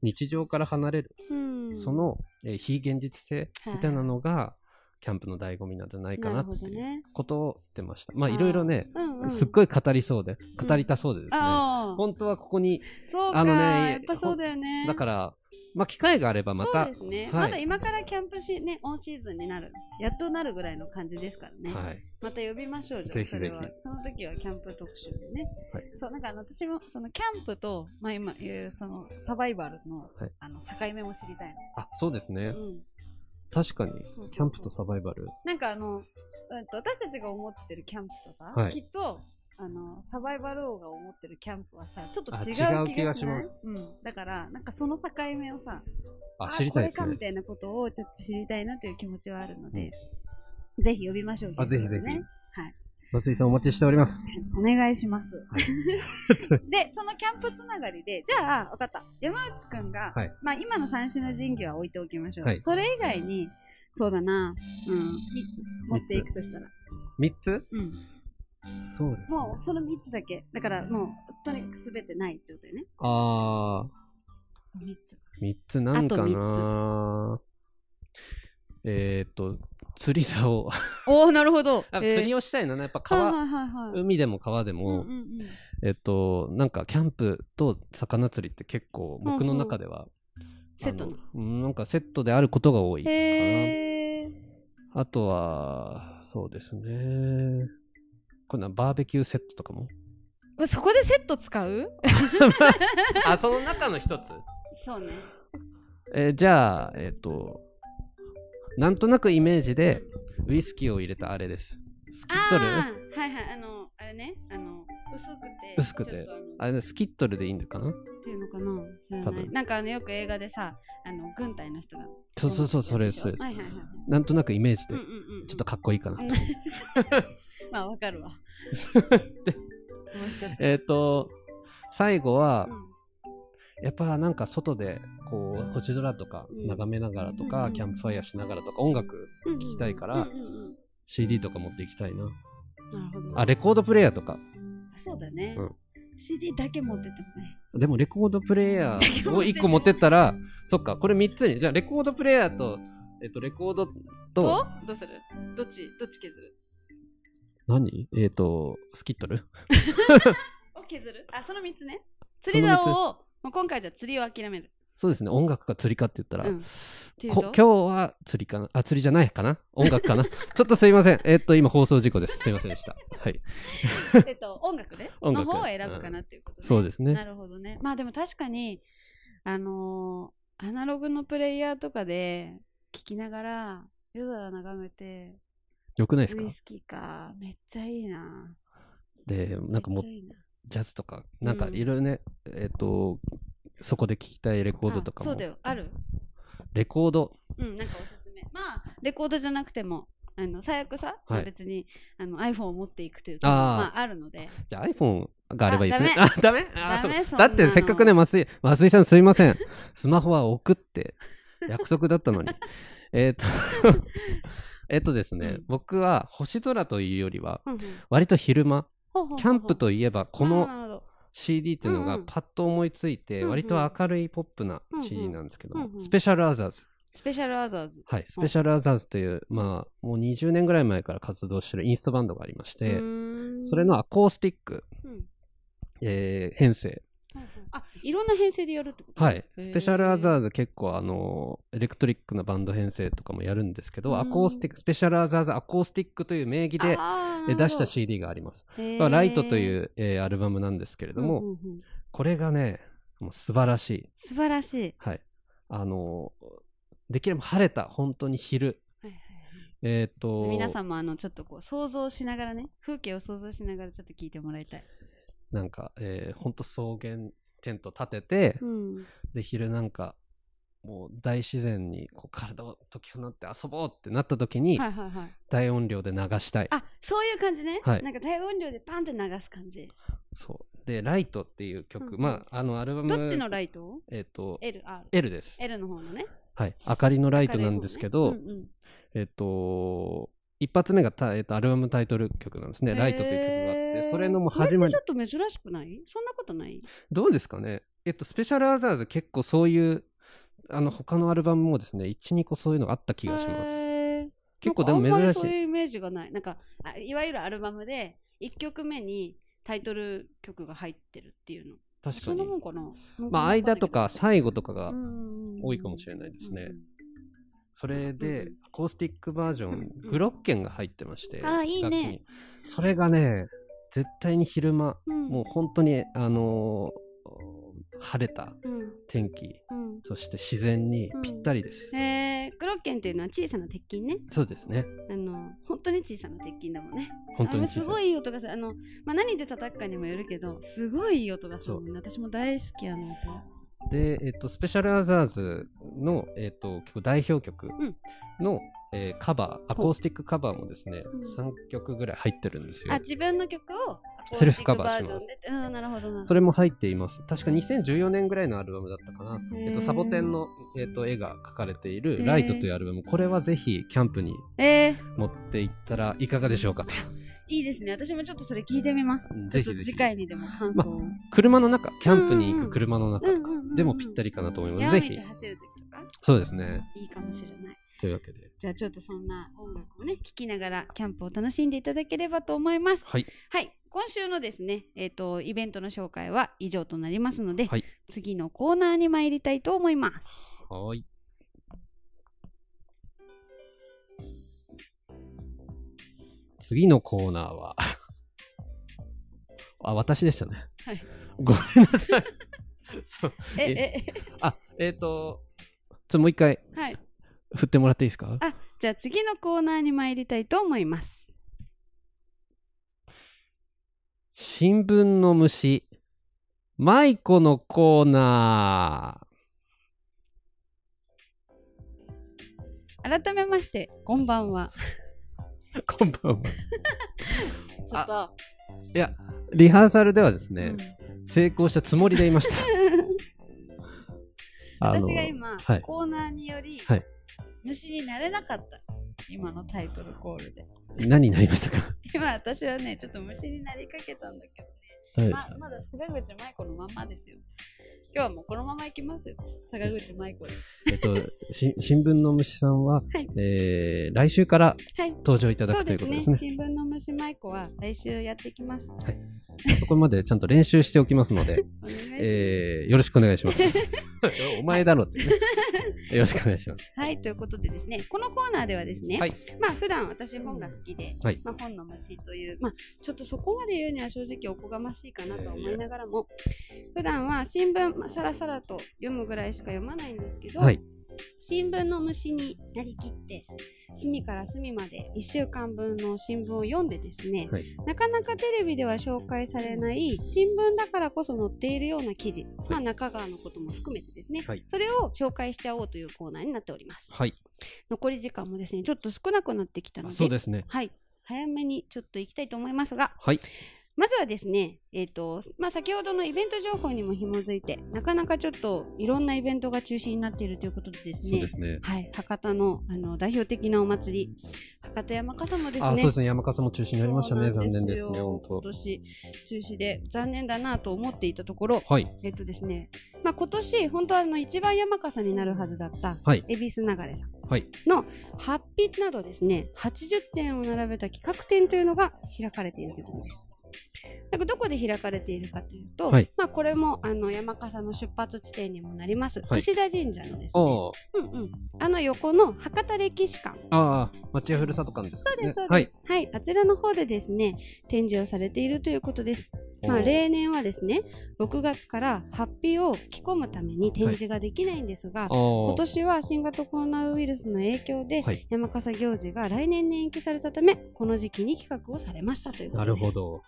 Speaker 2: 日常から離れる
Speaker 3: うん
Speaker 2: そ、の、えー非現実性みたいなのが、キャンプの醍醐味なんじゃないか
Speaker 3: なるほ
Speaker 2: な
Speaker 3: どね。
Speaker 2: ことを言ってました。まあ
Speaker 3: あー
Speaker 2: いろいろね、
Speaker 3: うんうん。
Speaker 2: すっごい語りそうで、語りたそうでですね。
Speaker 3: ああ、
Speaker 2: 本当はここに、
Speaker 3: そうか。
Speaker 2: あのね
Speaker 3: やっぱそうだよね。
Speaker 2: だから、まあ機会があればま
Speaker 3: そう
Speaker 2: た
Speaker 3: で、すね。
Speaker 2: はい
Speaker 3: まだ今からキャンプし、ね、オンシーズンになる。やっとなるぐらいの感じですからね。
Speaker 2: はい。
Speaker 3: また呼びましょうじゃあ
Speaker 2: ぜひ
Speaker 3: それは
Speaker 2: ぜ
Speaker 3: その時はキャンプ特集でね、
Speaker 2: はい
Speaker 3: そうなんかあの私もそのキャンプと、まあ、今言うそのサバイバルの,、
Speaker 2: はい
Speaker 3: あの境目も知りたい
Speaker 2: あ、そうですね
Speaker 3: の、。うん、
Speaker 2: 確かに
Speaker 3: そうそう、
Speaker 2: キャンプとサバイバル。
Speaker 3: なんかあの、うん、と私たちが思ってるキャンプとさ、
Speaker 2: はい
Speaker 3: きっとあのサバイバル王が思ってるキャンプはさちょっと違
Speaker 2: あ
Speaker 3: う
Speaker 2: 違う
Speaker 3: 気
Speaker 2: 気
Speaker 3: が
Speaker 2: が
Speaker 3: し
Speaker 2: し
Speaker 3: な
Speaker 2: ま
Speaker 3: い
Speaker 2: す
Speaker 3: うん、だからなんかその境目をさ
Speaker 2: あ、知りたいで
Speaker 3: こ
Speaker 2: す
Speaker 3: れかみ
Speaker 2: ね。
Speaker 3: たいなことをちょっと知りたいなという気持ちはあるので、ぜひ呼びましょう
Speaker 2: あ、ぜひぜ
Speaker 3: ね
Speaker 2: ひ。
Speaker 3: はい。
Speaker 2: 松井さんお待ちしております。
Speaker 3: お願いします。
Speaker 2: は
Speaker 3: で、そのキャンプつながりで、じゃあ、わかった。山内くんが、
Speaker 2: はい
Speaker 3: まあ今の三種の神器は置いておきましょう。
Speaker 2: はい
Speaker 3: それ以外に、そうだな、うん、三つ持っていくとしたら。
Speaker 2: 3つ
Speaker 3: うん。
Speaker 2: そうです。
Speaker 3: もう、その三つだけ。だからもう、とにかくすべてない状態ね。
Speaker 2: あ
Speaker 3: 三つ。
Speaker 2: ー、3つなんか
Speaker 3: あと
Speaker 2: なえーっと、釣り竿。
Speaker 3: おー、なるほど。
Speaker 2: あ釣り
Speaker 3: を
Speaker 2: をしたいな。やっぱ
Speaker 3: はいは
Speaker 2: 川、
Speaker 3: いはいはい。
Speaker 2: 海でも川で
Speaker 3: うんう
Speaker 2: も、
Speaker 3: んうん。
Speaker 2: えっと、なんかキャンプと魚釣りって結構僕の中では、
Speaker 3: セットの。
Speaker 2: あのうんなんかセットであることが多いかな。
Speaker 3: へー。
Speaker 2: あとは、そうですね。こんなバーベキューセットと かも。
Speaker 3: そこでセット使う
Speaker 2: あ、その中の一つ。
Speaker 3: そうね。
Speaker 2: えーじゃあ、えっ、と、なんとなくイメージで、ウイスキーを入れたあれです。スキット
Speaker 3: あ
Speaker 2: ル
Speaker 3: ーはいはい、あの、あれね、あの、薄くて、
Speaker 2: 薄くて
Speaker 3: ちょっとあの
Speaker 2: あれ、スキットルでいいんかな
Speaker 3: っていうのかな知ら
Speaker 2: 多
Speaker 3: ない
Speaker 2: 分
Speaker 3: なんかあのよく映画でさあの軍隊の人が
Speaker 2: そうそうそう、それです。
Speaker 3: そ
Speaker 2: そうれ
Speaker 3: で
Speaker 2: ですす
Speaker 3: はいはいはいはい
Speaker 2: なんとなくイメージ
Speaker 3: うん
Speaker 2: で
Speaker 3: う、んうん
Speaker 2: ちょっとかっこいいかな。
Speaker 3: まあわかる わもう一つ
Speaker 2: えっと、最後は
Speaker 3: う、
Speaker 2: やっぱなんか外で、こう、星空とか
Speaker 3: うん
Speaker 2: 眺めながらと
Speaker 3: うんう
Speaker 2: か、
Speaker 3: ん
Speaker 2: キャンプファイヤーしながらとか、音楽、
Speaker 3: ん
Speaker 2: 聞きたいから
Speaker 3: うんうんうん
Speaker 2: CD とか持っていきたいな。
Speaker 3: なるほど
Speaker 2: あ、レコードプレイヤーとか。
Speaker 3: そうだね
Speaker 2: うん
Speaker 3: CD だけ持ってってもね
Speaker 2: でもレコードプレイヤーを1個持ってったら、そっか、これ3つに。じゃあレコードプレイヤーと、えっと、レコードと、
Speaker 3: どうするどっちどっち削る
Speaker 2: 何えっと、スキットル
Speaker 3: を削るあその3つね釣
Speaker 2: の三つ
Speaker 3: り竿をもう今回じゃあ釣りを諦 める
Speaker 2: そうですね、音楽か釣りかって言ったら、
Speaker 3: うんっていう
Speaker 2: こと今日は釣りかなあ、釣りじゃないかな音楽かな ちょっとすいません。えっと、今放送事故です。すいませんでした。はい。
Speaker 3: えっと、音楽ね。
Speaker 2: 音
Speaker 3: の
Speaker 2: 楽
Speaker 3: 方を選ぶかなっていうことね。
Speaker 2: そうですね
Speaker 3: なるほどね。まあでも確かに、あのーアナログのプレイヤーとかで聞きながら夜空眺めて、
Speaker 2: よくないです
Speaker 3: ウ
Speaker 2: か
Speaker 3: イスキーか。めっちゃいいな。
Speaker 2: で、なんかも
Speaker 3: めっ
Speaker 2: う
Speaker 3: ちゃいいな
Speaker 2: ジャズとか、なんか
Speaker 3: うん
Speaker 2: いろいろね、えっと、そこで聞きたいレコードとか
Speaker 3: あそ
Speaker 2: も
Speaker 3: うだ。よ。ある
Speaker 2: レコード、
Speaker 3: うん、なんかおすすめ。まあ、レコードじゃなくても。あの最悪さ、
Speaker 2: はい
Speaker 3: 別にあの iPhone を持っていくというか
Speaker 2: あー
Speaker 3: まあ、あるので
Speaker 2: じゃあ iPhone があればいいですね。
Speaker 3: あ
Speaker 2: あ、ダメあ
Speaker 3: ダメ
Speaker 2: そう
Speaker 3: そ
Speaker 2: だ
Speaker 3: んなの
Speaker 2: ってせっかくね、松井、松井さんすいません。スマホは 置くって約束だったのに。えっと、えっとですね、
Speaker 3: うん
Speaker 2: 僕は星空というよりは、
Speaker 3: うんうん
Speaker 2: 割と昼間、
Speaker 3: ほうほうほうほう
Speaker 2: キャンプといえば、この
Speaker 3: なるほど
Speaker 2: CD っていうの
Speaker 3: うん
Speaker 2: が
Speaker 3: うん
Speaker 2: パッと思いついて、
Speaker 3: うんうん
Speaker 2: 割と明るいポップな
Speaker 3: うんうん
Speaker 2: CD なんですけ
Speaker 3: う
Speaker 2: ど、
Speaker 3: んうん
Speaker 2: スペシャルアザーズ。
Speaker 3: スペシャルアザーズ、
Speaker 2: はい、スペシャルアザーズという、まあ、もう20年ぐらい前から活動してるインストバンドがありまし
Speaker 3: う
Speaker 2: て、
Speaker 3: ーん
Speaker 2: それのアコースティック、
Speaker 3: うん
Speaker 2: えー編成。
Speaker 3: あ、いろんな編成でやるってこと
Speaker 2: はい、スペシャルアザ
Speaker 3: ー
Speaker 2: ーズ結構あのエレクトリックなバンド編成とかもやるんですけ
Speaker 3: う
Speaker 2: ど、
Speaker 3: ん
Speaker 2: アコースティック、スペシャルアザーズアコースティックという名義でえ出した CD があります。
Speaker 3: へ
Speaker 2: まあライトと
Speaker 3: う
Speaker 2: いう、えーアルバムなんですけれども、
Speaker 3: んうんうん
Speaker 2: これがね、もう素晴らしい。
Speaker 3: 素晴らしい。
Speaker 2: はい。あのできれば晴れた、本当に昼。
Speaker 3: はいはいはい
Speaker 2: えっ、
Speaker 3: ちょっ
Speaker 2: と
Speaker 3: と、皆さんもあのちょっとこう想像しながらね、風景を想像しながらちょっと聞いてもらいたい。
Speaker 2: なんか、えー、ほんと草原テント立てて、
Speaker 3: うん、
Speaker 2: で、昼なんか、もう大自然にこう体を解き放って遊ぼうってなった時に
Speaker 3: はいはいはい。
Speaker 2: 大音量で流したい。
Speaker 3: あ、そういう感じね。
Speaker 2: はい
Speaker 3: なんか大音量でパンって流す感じ。
Speaker 2: そう。で、ライトっていう曲、
Speaker 3: うん
Speaker 2: まあ、あのアルバム、
Speaker 3: どっちのライト
Speaker 2: えっ、と、
Speaker 3: ？L R。
Speaker 2: L です。
Speaker 3: L の方のね。
Speaker 2: はい。明かりのライトなんですけ
Speaker 3: 明
Speaker 2: ど、
Speaker 3: るい方ねうんうん
Speaker 2: えっ、と、一発目がた、えっとアルバムタイトル曲なんですね。ライトという曲があっ
Speaker 3: へ
Speaker 2: て、
Speaker 3: ー
Speaker 2: それのもう始まり
Speaker 3: それ。ってちょっと珍しくない？そんなことない？
Speaker 2: どうですかねえっと、スペシャルアザーズ結構そういう、あの、他のアルバムもですね、1、2個そういうのがあった気がします。
Speaker 3: へー
Speaker 2: 結構でも珍しい
Speaker 3: あんまりそういうイメージがないなんかあいわゆるアルバムで1曲目にタイトル曲が入ってるっていうの
Speaker 2: 確
Speaker 3: そ
Speaker 2: か
Speaker 3: んな
Speaker 2: に
Speaker 3: もんかな
Speaker 2: まあ間とか最後とか
Speaker 3: が
Speaker 2: が多いかもしれないですねそれ
Speaker 3: うん
Speaker 2: で
Speaker 3: うん
Speaker 2: アコースティックバージョン
Speaker 3: うん
Speaker 2: グロッケンが入ってまして
Speaker 3: あーいいね
Speaker 2: 楽器にそれがね絶対に昼間もう本当にあのー晴れた
Speaker 3: うん
Speaker 2: 天気
Speaker 3: うん
Speaker 2: そして自然にぴったりです、
Speaker 3: うんえー、クロッケンっていうのは小さな鉄筋ね
Speaker 2: そうですね
Speaker 3: あの本当に小さな鉄筋だもんね
Speaker 2: 本当に
Speaker 3: あのすごいいい音がするあの、まあ、何で叩くかにもよるけどすごいいい音がするもんね私も大好きあの音
Speaker 2: で、えっと、スペシャルアザーズの、えっと、結構代表曲
Speaker 3: ん
Speaker 2: の、えーカバー、アコースティックカバーもですね、
Speaker 3: うん
Speaker 2: 3曲ぐらい入ってるんですよ
Speaker 3: あ。自分の曲を
Speaker 2: セルフカバーします
Speaker 3: アコースティックバージョンでうんなるほどな
Speaker 2: それも入っています。確か2014年ぐらいのアルバムだったかな。
Speaker 3: へー
Speaker 2: えっと、サボテンの、えっと、絵が描かれている、ライトというアルバム、これはぜひキャンプに
Speaker 3: えー、
Speaker 2: 持っていったらいかがでしょう かと。
Speaker 3: いいですね。私もちょっとそれ聞いてみます。
Speaker 2: ぜひ
Speaker 3: ちょっ
Speaker 2: ぜ
Speaker 3: と
Speaker 2: ひ
Speaker 3: 次回にでも感想を。
Speaker 2: 車の中、キャンプに行く車の中
Speaker 3: うんうんうんうん
Speaker 2: でもぴったりかなと思います。
Speaker 3: 山
Speaker 2: ぜ
Speaker 3: 道
Speaker 2: ひ。
Speaker 3: 走る時とか
Speaker 2: そうですね。
Speaker 3: いいかもしれない。
Speaker 2: というわけで。
Speaker 3: じゃあちょっとそんな音楽をね、聴きながらキャンプを楽しんでいただければと思います。
Speaker 2: はい。
Speaker 3: はい。今週のですね、えっ、と、イベントの紹介は以上となりますので、
Speaker 2: はい
Speaker 3: 次のコーナーに参りたいと思います。
Speaker 2: はーい。次のコーナーは。あ、私でしたね。
Speaker 3: はい
Speaker 2: ごめんなさい。 そう。
Speaker 3: え、
Speaker 2: え
Speaker 3: え、
Speaker 2: あ、えっ、ー、と、ちょ、もう一回
Speaker 3: え、はい。
Speaker 2: 振ってもらっていいですか
Speaker 3: あじゃあ次のコーナーに参りたいと思います。
Speaker 2: 新聞の虫、マイコのコーナー。
Speaker 3: 改めまして、こんばんは。
Speaker 2: こんばんは。
Speaker 3: ちょっと、
Speaker 2: いや、リハーサルではです
Speaker 3: う
Speaker 2: ね
Speaker 3: ん、
Speaker 2: 成功したつもりでい ました。あの
Speaker 3: 私が今、
Speaker 2: はい
Speaker 3: コーナーにより、
Speaker 2: はい
Speaker 3: 虫になれなかった今のタイトルコールで
Speaker 2: 何になりましたか
Speaker 3: 今私はねちょっと虫になりかけたんだけど
Speaker 2: 大丈夫で
Speaker 3: ま
Speaker 2: した
Speaker 3: まだ坂口舞子のまんまですよ今日はもうこのまま行きますよ坂口舞子で
Speaker 2: えっと、し新聞の虫さんは、
Speaker 3: はい
Speaker 2: えー来週から
Speaker 3: はい
Speaker 2: 登場いただ
Speaker 3: そう
Speaker 2: くとい
Speaker 3: で
Speaker 2: う
Speaker 3: す
Speaker 2: こと
Speaker 3: ね
Speaker 2: ですね。
Speaker 3: 新聞の虫舞子は来週やってきますお
Speaker 2: そこまでちゃんと練習しておきますの で、
Speaker 3: 願いします、
Speaker 2: えーよろしくお願い します。お前だろってね。よろしくお願いします。
Speaker 3: はいということでですねこのコーナーではですね、
Speaker 2: はい
Speaker 3: まあ普段私本が好きで、
Speaker 2: はい
Speaker 3: まあ、本の虫という、まあ、ちょっとそこまで言うには正直おこがましいかなとは思いながらも普段は新聞、まあ、さらさらと読むぐらいしか読まないんですけど、
Speaker 2: はい。
Speaker 3: 新聞の虫になりきって隅から隅まで1週間分の新聞を読んでですね、
Speaker 2: はい
Speaker 3: なかなかテレビでは紹介されない新聞だからこそ載っているような記事、まあ、中川のことも含めてですね、
Speaker 2: はい
Speaker 3: それを紹介しちゃおうというコーナーになっております
Speaker 2: はい。
Speaker 3: 残り時間もですねちょっと少なくなってきた
Speaker 2: あ
Speaker 3: ので
Speaker 2: そうですね。
Speaker 3: はい早めにちょっと行きたいと思いますが
Speaker 2: はい。
Speaker 3: まずはですね、えっとまあ、先ほどのイベント情報にも紐づいてなかなかちょっといろんなイベントが中止になっているということでです
Speaker 2: そう
Speaker 3: ね
Speaker 2: ですね。
Speaker 3: はい、博多のあの代表的なお祭り博多山笠もですね
Speaker 2: あ、そうですね。山笠も中止になりましたね。
Speaker 3: そうな
Speaker 2: 残
Speaker 3: ん
Speaker 2: 念で
Speaker 3: よ
Speaker 2: すね。本
Speaker 3: 今
Speaker 2: 当。
Speaker 3: 年中止で残念だなと思っていたところ、
Speaker 2: はい。
Speaker 3: えっとですね、まあ、今年本当はあの一番山笠になるはずだった
Speaker 2: はい
Speaker 3: 恵比寿流れさん
Speaker 2: はい。
Speaker 3: のハッピーなどですね80点を並べた企画展というのが開かれているということです。なんかどこで開かれているかというと、
Speaker 2: はい
Speaker 3: まあ、これもあの山笠の出発地点にもなります、
Speaker 2: はい
Speaker 3: 櫛田神社のです
Speaker 2: あ
Speaker 3: ね、
Speaker 2: ー
Speaker 3: うんうん、あの横の博多歴史館
Speaker 2: あー、町屋ふるさと館です、ね。
Speaker 3: そうです、そう
Speaker 2: は
Speaker 3: で
Speaker 2: い
Speaker 3: す。。はい、あちらの方でですね、展示をされているということです。まあ、例年はですね、6月からハッピーを着込むために展示ができないんですが、今
Speaker 2: 今
Speaker 3: 年は新型コロナウイルスの影響で、
Speaker 2: はい
Speaker 3: 山笠行事が来年に延期されたため、この時期に企画をされましたというこ
Speaker 2: な
Speaker 3: とです。
Speaker 2: るほ。ど。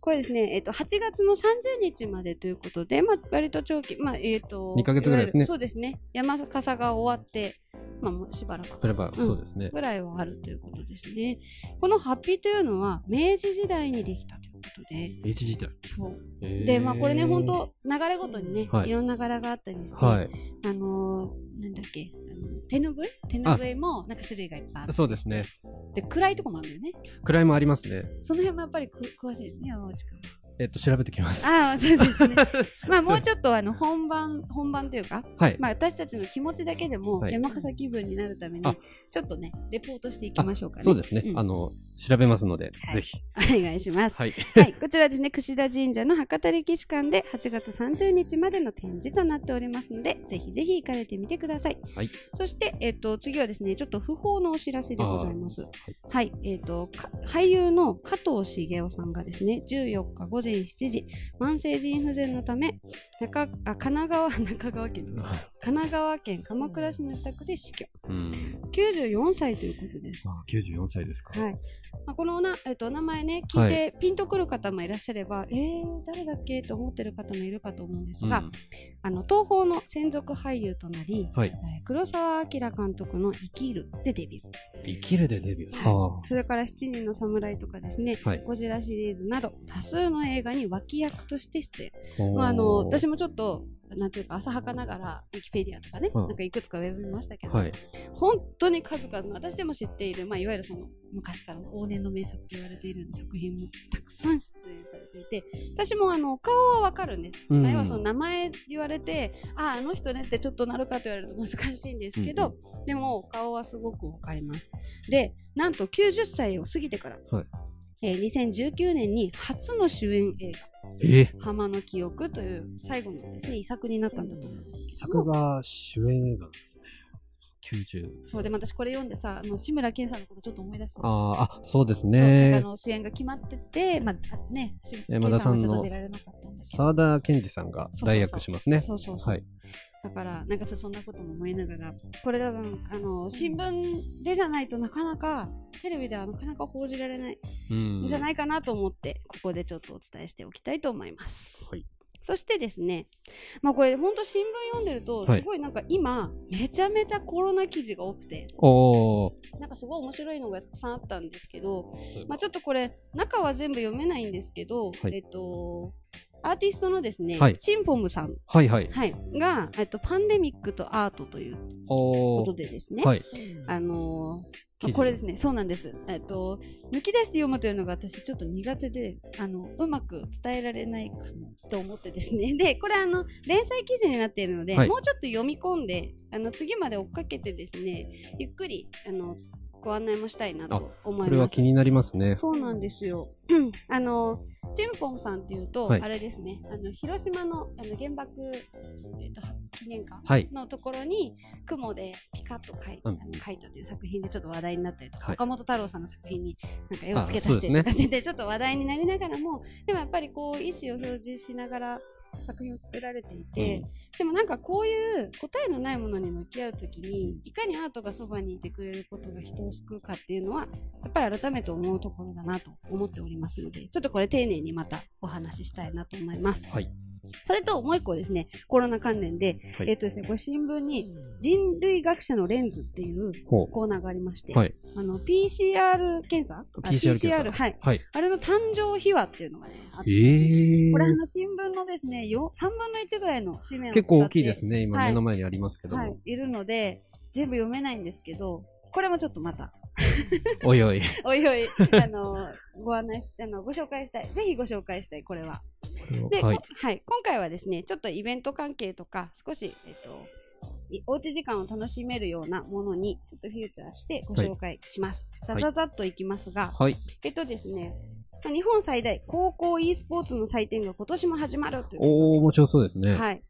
Speaker 3: これですね、えっと、8月の30日までということで、まあ、割と長期、まあ、えっと、
Speaker 2: 二ヶ月ぐらいです
Speaker 3: わ
Speaker 2: ね
Speaker 3: ゆるそうですね。山笠が終わって、まあ、もうしばらくか
Speaker 2: それは、
Speaker 3: うん
Speaker 2: そうですね。
Speaker 3: ぐらいはあるということですね。このハッピーというのは明治時代にできたということで、
Speaker 2: 明治時代。
Speaker 3: そう
Speaker 2: へー
Speaker 3: でまあこれね本。当流れごとにね、
Speaker 2: はい
Speaker 3: い、ろんな柄があったりして、
Speaker 2: はい。
Speaker 3: あのーなんだっけあの手ぬぐい手ぬぐいもなんか種類がいっぱいあって
Speaker 2: そうですね。
Speaker 3: で暗いとこもあるんだよね。
Speaker 2: 位もありますね。
Speaker 3: その辺もやっぱりく詳しいね山内くんは。
Speaker 2: えっと、調べてきます。
Speaker 3: ああ、そうですね。 まあ、もうちょっと、あの、本番、本番というか、
Speaker 2: はい。
Speaker 3: まあ、私たちの気持ちだけでも、
Speaker 2: はい
Speaker 3: 山笠気分になるために
Speaker 2: あ、
Speaker 3: ちょっとね、レポートしていきましょうかね。
Speaker 2: そうですね。
Speaker 3: ん
Speaker 2: あの、調べますので、
Speaker 3: はい
Speaker 2: ぜひ。
Speaker 3: お願いします。
Speaker 2: はい。
Speaker 3: はい、こちらですね、櫛田神社の博多歴史館で8月30日までの展示となっておりますので、ぜひぜひ行かれてみてください。
Speaker 2: はい
Speaker 3: そして、えっ、と、次はですね、ちょっと不報のお知らせでございます。
Speaker 2: あー
Speaker 3: はい、えっ、と、か俳優の加藤茂雄さんがですね、14日午前7時、慢性腎不全のため、中あ神奈川、 中川県、神
Speaker 2: はい
Speaker 3: 奈川県鎌倉市の自宅で死去。
Speaker 2: うん。
Speaker 3: 94歳ということです。
Speaker 2: あ94歳ですか。
Speaker 3: はいまあ、このおな、えっとお名前ね聞いてピンとくる方もいらっしゃれば、えー、誰だっけと思ってる方もいるかと思うんです
Speaker 2: うん
Speaker 3: が、あの東宝の専属俳優となり、
Speaker 2: はい
Speaker 3: えー黒澤明監督の「生きる」でデビュー
Speaker 2: 生きるでデビュー。
Speaker 3: は
Speaker 2: あ
Speaker 3: それから「七人の侍」とかですね
Speaker 2: はい
Speaker 3: ゴジラ」シリーズなど多数の映画に脇役として出演、
Speaker 2: ー
Speaker 3: まあ、あの私
Speaker 2: も。
Speaker 3: もちょっとなんていうか浅はかながらウィキペディアとかね、
Speaker 2: うん
Speaker 3: なんかいくつかウェブ見ましたけど、
Speaker 2: はい。
Speaker 3: 本当に数々の私でも知っている、まあ、いわゆるその昔からの往年の名作と言われているような作品もたくさん出演されていて私もあの顔はわかるんです、
Speaker 2: うん
Speaker 3: まあ要はその名前言われてあああの人ねってちょっとなるかと言われると難しいんですけど、でも顔はすごくわかりますでなんと90歳を過ぎてから、
Speaker 2: はい
Speaker 3: えー2019年に初の主演映画
Speaker 2: え
Speaker 3: 「浜の記憶」という最後のですね遺作になったんだと思います
Speaker 2: 作が主演映画なんですね。90。
Speaker 3: そうでも私これ読んでさあの志村けんさんのことちょっと思い出した
Speaker 2: あーあ、そうです
Speaker 3: そうなん
Speaker 2: ね
Speaker 3: かあ。の主演が決まってて、まああ、ね、し
Speaker 2: え山田さんの
Speaker 3: ケイはちょっと出られなかったんだけど。
Speaker 2: 沢田研二さんが代役しますね。
Speaker 3: そうそうそう。
Speaker 2: はい。
Speaker 3: だから、なんかちょっとそんなことも思いながら、これ多分、あの、新聞でじゃないとなかなか、テレビではなかなか報じられない
Speaker 2: うん
Speaker 3: んじゃないいかなと思って、ここでちょっとお伝えしておきたいと思います。
Speaker 2: はい
Speaker 3: そしてですね、まあこれ本当新聞読んでると、
Speaker 2: はい
Speaker 3: すごいなんか今、めちゃめちゃコロナ記事が多くて、
Speaker 2: おー。
Speaker 3: なんかすごい面白いのがたくさんあったんですけど、まあ、ちょっとこれ中は全部読めないんですけど、
Speaker 2: はい
Speaker 3: えっとアーティストのですね、
Speaker 2: はい
Speaker 3: チンポムさん、
Speaker 2: はいはい。
Speaker 3: はい、が、えっと、パンデミックとアートというこ
Speaker 2: お
Speaker 3: と
Speaker 2: ー。
Speaker 3: でですね、
Speaker 2: はい。
Speaker 3: あのー
Speaker 2: 記事
Speaker 3: これですね、そうなんです、えっと。抜き出して読むというのが私ちょっと苦手で、あのうまく伝えられないかなと思ってですね。 で、これあの連載記事になっているので、
Speaker 2: はい
Speaker 3: もうちょっと読み込んで、あの次まで追っかけてですね、ゆっくりあのご案内もしたいなと思います。
Speaker 2: これは気になりますね。
Speaker 3: そうなんですよ。 あの、チンポンさんっていうと、
Speaker 2: はい
Speaker 3: あれですね、あの広島のあの原爆、えっとは記念館
Speaker 2: はい。
Speaker 3: のところに雲でピカッと描い,、
Speaker 2: うん
Speaker 3: あの描いたという作品でちょっと話題になったりとか、
Speaker 2: はい
Speaker 3: 岡本太郎さんの作品になんか絵を付け
Speaker 2: あ
Speaker 3: 足
Speaker 2: そ
Speaker 3: し
Speaker 2: うで
Speaker 3: て
Speaker 2: すね
Speaker 3: とかっててちょっと話題になりながらもでもやっぱりこう意思を表示しながら作品を作られていて、
Speaker 2: うん
Speaker 3: でもなんかこういう答えのないものに向き合うときにいかにアートがそばにいてくれることが人を救うかっていうのはやっぱり改めて思うところだなと思っておりますのでちょっとこれ丁寧にまたお話ししたいなと思います。
Speaker 2: はい。
Speaker 3: それともう一個ですねコロナ関連で、
Speaker 2: はい
Speaker 3: えっとですね、これ新聞に人類学者のレンズっていう
Speaker 2: ほ
Speaker 3: コーナーがありまして、
Speaker 2: はい
Speaker 3: あの PCR 検査あ
Speaker 2: PCR 検査
Speaker 3: PCR はい、
Speaker 2: はい。
Speaker 3: あれの誕生秘話っていうのがね、あっ
Speaker 2: え
Speaker 3: て、
Speaker 2: ー
Speaker 3: これあの新聞のですね、よ3分の1ぐらいの紙面を使って
Speaker 2: 結構大きいですね。今
Speaker 3: はい
Speaker 2: 目の前にありますけども。
Speaker 3: はい、いるので、全部読めないんですけど、これもちょっとま た、
Speaker 2: おいおい。
Speaker 3: おいおい、あの、ご案内し、あの、ご紹介したい。ぜひご紹介したい、これは。で、こ
Speaker 2: は
Speaker 3: はいい。、今回はですね、ちょっとイベント関係とか、少し、えっと、いおうち時間を楽しめるようなものに、ちょっとフューチャーしてご紹介します。
Speaker 2: い
Speaker 3: ざざざっといきますが、
Speaker 2: はい。
Speaker 3: えっとですね、まあ日本最大高校 e スポーツの祭典が今年も始まるという
Speaker 2: おー、面白そうですね。
Speaker 3: はい。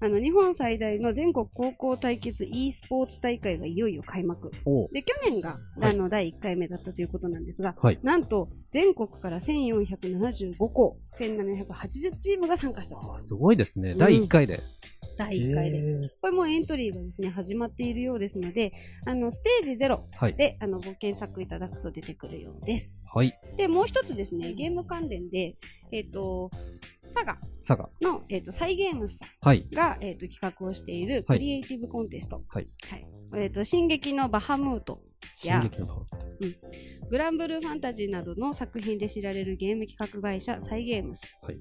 Speaker 3: あの、日本最大の全国高校対決 e スポーツ大会がいよいよ開幕。
Speaker 2: おー
Speaker 3: で、去年が、
Speaker 2: はい
Speaker 3: あの、第1回目だったということなんですが、
Speaker 2: はい
Speaker 3: なんと、全国から1475校、1780チームが参加した。
Speaker 2: あすごいですね。
Speaker 3: うん
Speaker 2: 第1回で。
Speaker 3: 第1回で。
Speaker 2: えー
Speaker 3: これもうエントリーがですね、始まっているようですので、あの、ステージ0
Speaker 2: はい。
Speaker 3: で、あの、ご検索いただくと出てくるようです。
Speaker 2: はい。
Speaker 3: で、もう一つですね、ゲーム関連で、えっ、と、佐賀
Speaker 2: 佐賀。
Speaker 3: の、えっ、と、サイゲームスさん
Speaker 2: はい。
Speaker 3: が、えっと企画をしている
Speaker 2: はい
Speaker 3: クリエイティブコンテスト、
Speaker 2: はい
Speaker 3: はいえっと「進撃のバハムート」
Speaker 2: 進
Speaker 3: や
Speaker 2: 撃のパワー。
Speaker 3: 「ググランブルーファンタジーなどの作品で知られるゲーム企画会社サイゲームス
Speaker 2: はい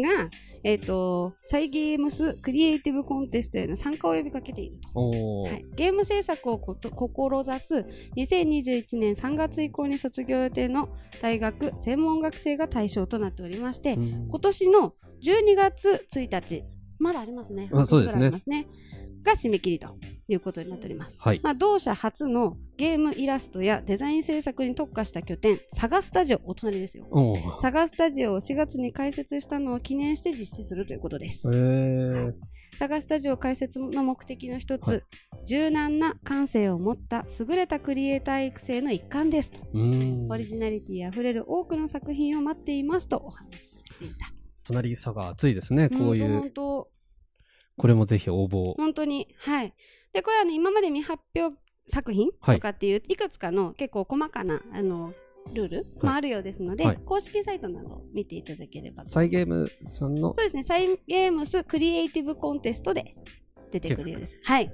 Speaker 3: が、えっ、と、サイゲームスクリエイティブコンテストへの参加を呼びかけている。
Speaker 2: おー、
Speaker 3: はい、ゲーム制作をこと志す2021年3月以降に卒業予定の大学専門学生が対象となっておりまして、
Speaker 2: うん
Speaker 3: 今年の12月1日まだありますね
Speaker 2: あそうです
Speaker 3: 半年ぐら
Speaker 2: ね
Speaker 3: いありますねが締め切りということになっております、
Speaker 2: はい
Speaker 3: まあ、同社初のゲームイラストやデザイン制作に特化した拠点サガスタジオお隣ですよ
Speaker 2: おー
Speaker 3: サガスタジオを4月に開設したのを記念して実施するということです
Speaker 2: えー、
Speaker 3: サガスタジオ開設の目的の一つ、
Speaker 2: はい
Speaker 3: 柔軟な感性を持った優れたクリエイター育成の一環ですと、
Speaker 2: うん
Speaker 3: オリジナリティあふれる多くの作品を待っていますとお話しされていた
Speaker 2: 隣差が熱いですねこういう、
Speaker 3: 本当
Speaker 2: これもぜひ応募
Speaker 3: 本当にはいでこれはあの今まで未発表作品
Speaker 2: はい
Speaker 3: とかっていう、い、くつかの結構細かなあのルールもあるようですので、
Speaker 2: はい
Speaker 3: 公式サイトなどを見ていただければと
Speaker 2: サイゲームさんの
Speaker 3: そうですね、サイゲームスクリエイティブコンテストで出てくるようです。はい。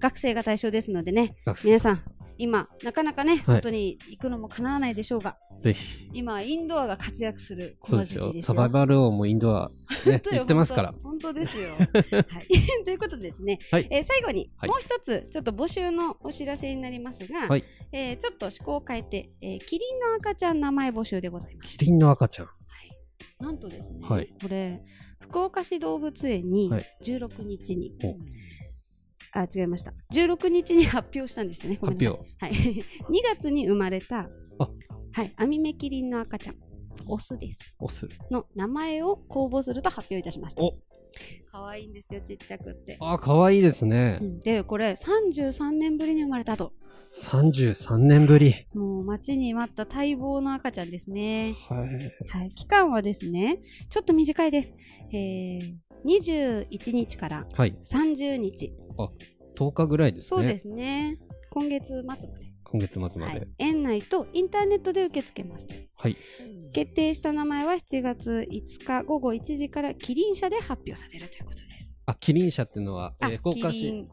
Speaker 3: 学生が対象ですのでね、
Speaker 2: 学生
Speaker 3: 皆さん、今、なかなかね、外に行くのも叶わないでしょうが、
Speaker 2: ぜひ
Speaker 3: 今、インドアが活躍するこ
Speaker 2: そう
Speaker 3: の
Speaker 2: で
Speaker 3: 時
Speaker 2: す
Speaker 3: 期
Speaker 2: よ
Speaker 3: ですよ。
Speaker 2: サバイバル王もインドアね
Speaker 3: 本当よ
Speaker 2: 言ってますから
Speaker 3: 本当本当です よ。はい、 ということでですね、
Speaker 2: はい
Speaker 3: えー最後に
Speaker 2: はい
Speaker 3: もう一つ、ちょっと募集のお知らせになりますが、
Speaker 2: はい
Speaker 3: えーちょっと趣向を変えて、えーキリンの赤ちゃん名前募集でございます。
Speaker 2: キリンの赤ちゃん
Speaker 3: はいなんとですね、
Speaker 2: はい
Speaker 3: これ福岡市動物園に
Speaker 2: はい
Speaker 3: 16日に、
Speaker 2: お
Speaker 3: あ違いました16日に発表したんですよねごめんな
Speaker 2: 発
Speaker 3: さい
Speaker 2: 表
Speaker 3: はい、2月 に生まれた
Speaker 2: あ
Speaker 3: はいアミメキリンの赤ちゃんオスです
Speaker 2: オス
Speaker 3: の名前を公募すると発表いたしました
Speaker 2: お
Speaker 3: 可愛いんですよちっちゃくって、
Speaker 2: あ可愛いですね、
Speaker 3: うんでこれ33年ぶりに生まれたと
Speaker 2: 33年ぶり
Speaker 3: もう待ちに待った待望の赤ちゃんですね
Speaker 2: はい
Speaker 3: はい、期間はですね、ちょっと短いです。えー、21日から
Speaker 2: はい
Speaker 3: 30日、
Speaker 2: 10日ぐらいですね
Speaker 3: そうですね、今月末まで
Speaker 2: 今月末まで
Speaker 3: はい、園内とインターネットで受け付けます。
Speaker 2: はい、
Speaker 3: 決定した名前は7月5日午後1時からキリン社で発表されるということです。
Speaker 2: あキリン社っていうのは、え
Speaker 3: あ
Speaker 2: ー福岡
Speaker 3: キリ
Speaker 2: 市、
Speaker 3: ン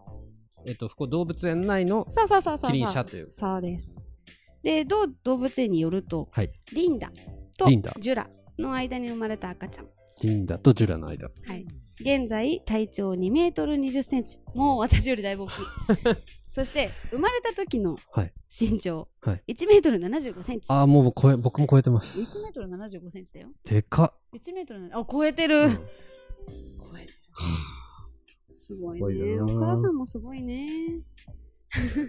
Speaker 2: えっと福岡動物園内の
Speaker 3: そうそうそうそうそう。
Speaker 2: キリン社という
Speaker 3: そうです。で、同動物園によると、
Speaker 2: はい
Speaker 3: リンダと
Speaker 2: リンダ
Speaker 3: ジュラの間に生まれた赤ちゃん。
Speaker 2: リンダとジュラの間
Speaker 3: はい、現在体長2メートル20センチもう私よりだ いぶ大きいそして生まれた時の
Speaker 2: はい
Speaker 3: 身長、
Speaker 2: はい
Speaker 3: 1メートル75センチ
Speaker 2: ああもう超え僕も超えてます
Speaker 3: 1メートル75センチだよ
Speaker 2: でか
Speaker 3: 1メートルなあ超えてる、
Speaker 2: っ、
Speaker 3: 超えてるすごい
Speaker 2: すごい
Speaker 3: ね
Speaker 2: よ
Speaker 3: お
Speaker 2: な
Speaker 3: 母さんもすごいね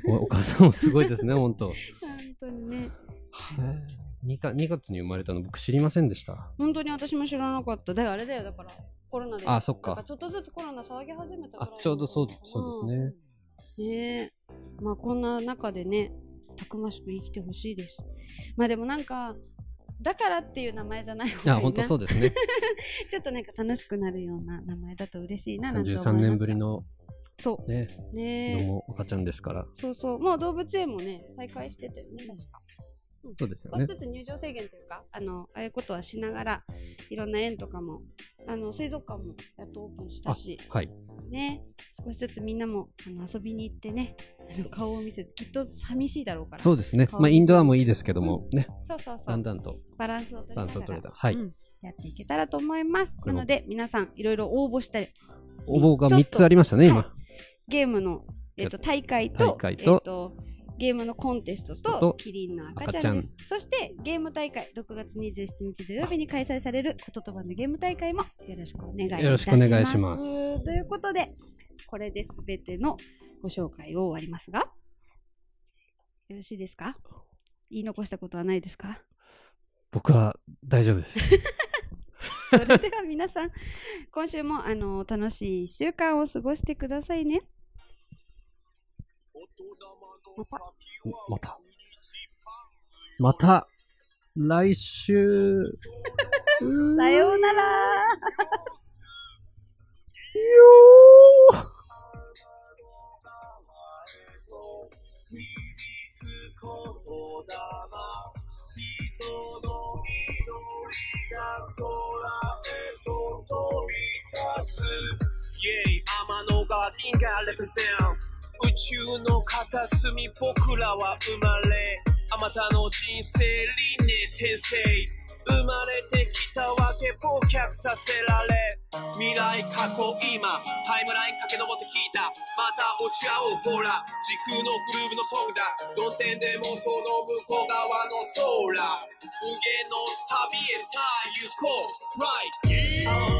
Speaker 2: うんおお母さんもすごいですね本当
Speaker 3: 本当にね
Speaker 2: 2か2月に生まれたの僕知りませんでした
Speaker 3: 本当に私も知らなかっただよあれだよだからコロナで
Speaker 2: あそっか
Speaker 3: なんちょっとずつコロナ騒ぎ始めたぐらい
Speaker 2: あちょうどそうそうですね
Speaker 3: ねえまあこんな中でねたくましく生きてほしいですまあでもなんかだからっていう名前じゃない方
Speaker 2: あ
Speaker 3: がいい
Speaker 2: 本当
Speaker 3: な
Speaker 2: そうですね
Speaker 3: ちょっとなんか楽しくなるような名前だと嬉しい ななんて思います
Speaker 2: 33年ぶりの
Speaker 3: そ
Speaker 2: ね
Speaker 3: う
Speaker 2: 子
Speaker 3: ねえ
Speaker 2: 供赤ちゃんですから
Speaker 3: そうそうもう動物園もね再開しててね確か
Speaker 2: そうですよ
Speaker 3: 少し
Speaker 2: ね
Speaker 3: ずつ入場制限というかあのああいうことはしながらいろんな園とかもあの水族館もやっとオープンしたし
Speaker 2: はい
Speaker 3: ね少しずつみんなもあの遊びに行ってねあの顔を見せずきっと寂しいだろうから
Speaker 2: そうですね
Speaker 3: 可愛い
Speaker 2: まあインドアもいいですけどもね
Speaker 3: そうそうそ
Speaker 2: だん
Speaker 3: う
Speaker 2: だんと
Speaker 3: バランスを取り
Speaker 2: バ
Speaker 3: な
Speaker 2: ランスを
Speaker 3: が
Speaker 2: 取れ
Speaker 3: ら
Speaker 2: たはい
Speaker 3: うんやっていけたらと思います
Speaker 2: こ
Speaker 3: な
Speaker 2: れも
Speaker 3: ので皆さんいろいろ応募したり
Speaker 2: 応募が3つありましたね
Speaker 3: ちょっ
Speaker 2: 今
Speaker 3: とゲームの、えっと大会と
Speaker 2: 大会と
Speaker 3: えっとゲームのコンテストと
Speaker 2: と
Speaker 3: キリンの赤ちゃんです
Speaker 2: 赤
Speaker 3: そしてゲーム大会6月27日土曜日に開催されることとばのゲーム大会もよろしくお願いいたします
Speaker 2: よろしくお願いしま
Speaker 3: ということでこれで全てのご紹介を終わりますがよろしいですか言い残したことはないです か
Speaker 2: 僕は大丈夫です
Speaker 3: それでは皆さん、今週もあの楽しい1週間を過ごしてくださいね。
Speaker 2: またまた来週
Speaker 3: さようなら。
Speaker 1: 響くことだな人の緑が空へと飛び立つイェイ天のガーディンがレプゼン宇宙の片隅僕らは生まれあまたの人生輪廻転生生まれてきたわけ忘却させられ未来過去今タイムライン駆け上って聞いたまた落ち合おうほら時空のグルーブのソングだどん点でもその向こう側の空無限の旅へさあ行こう Right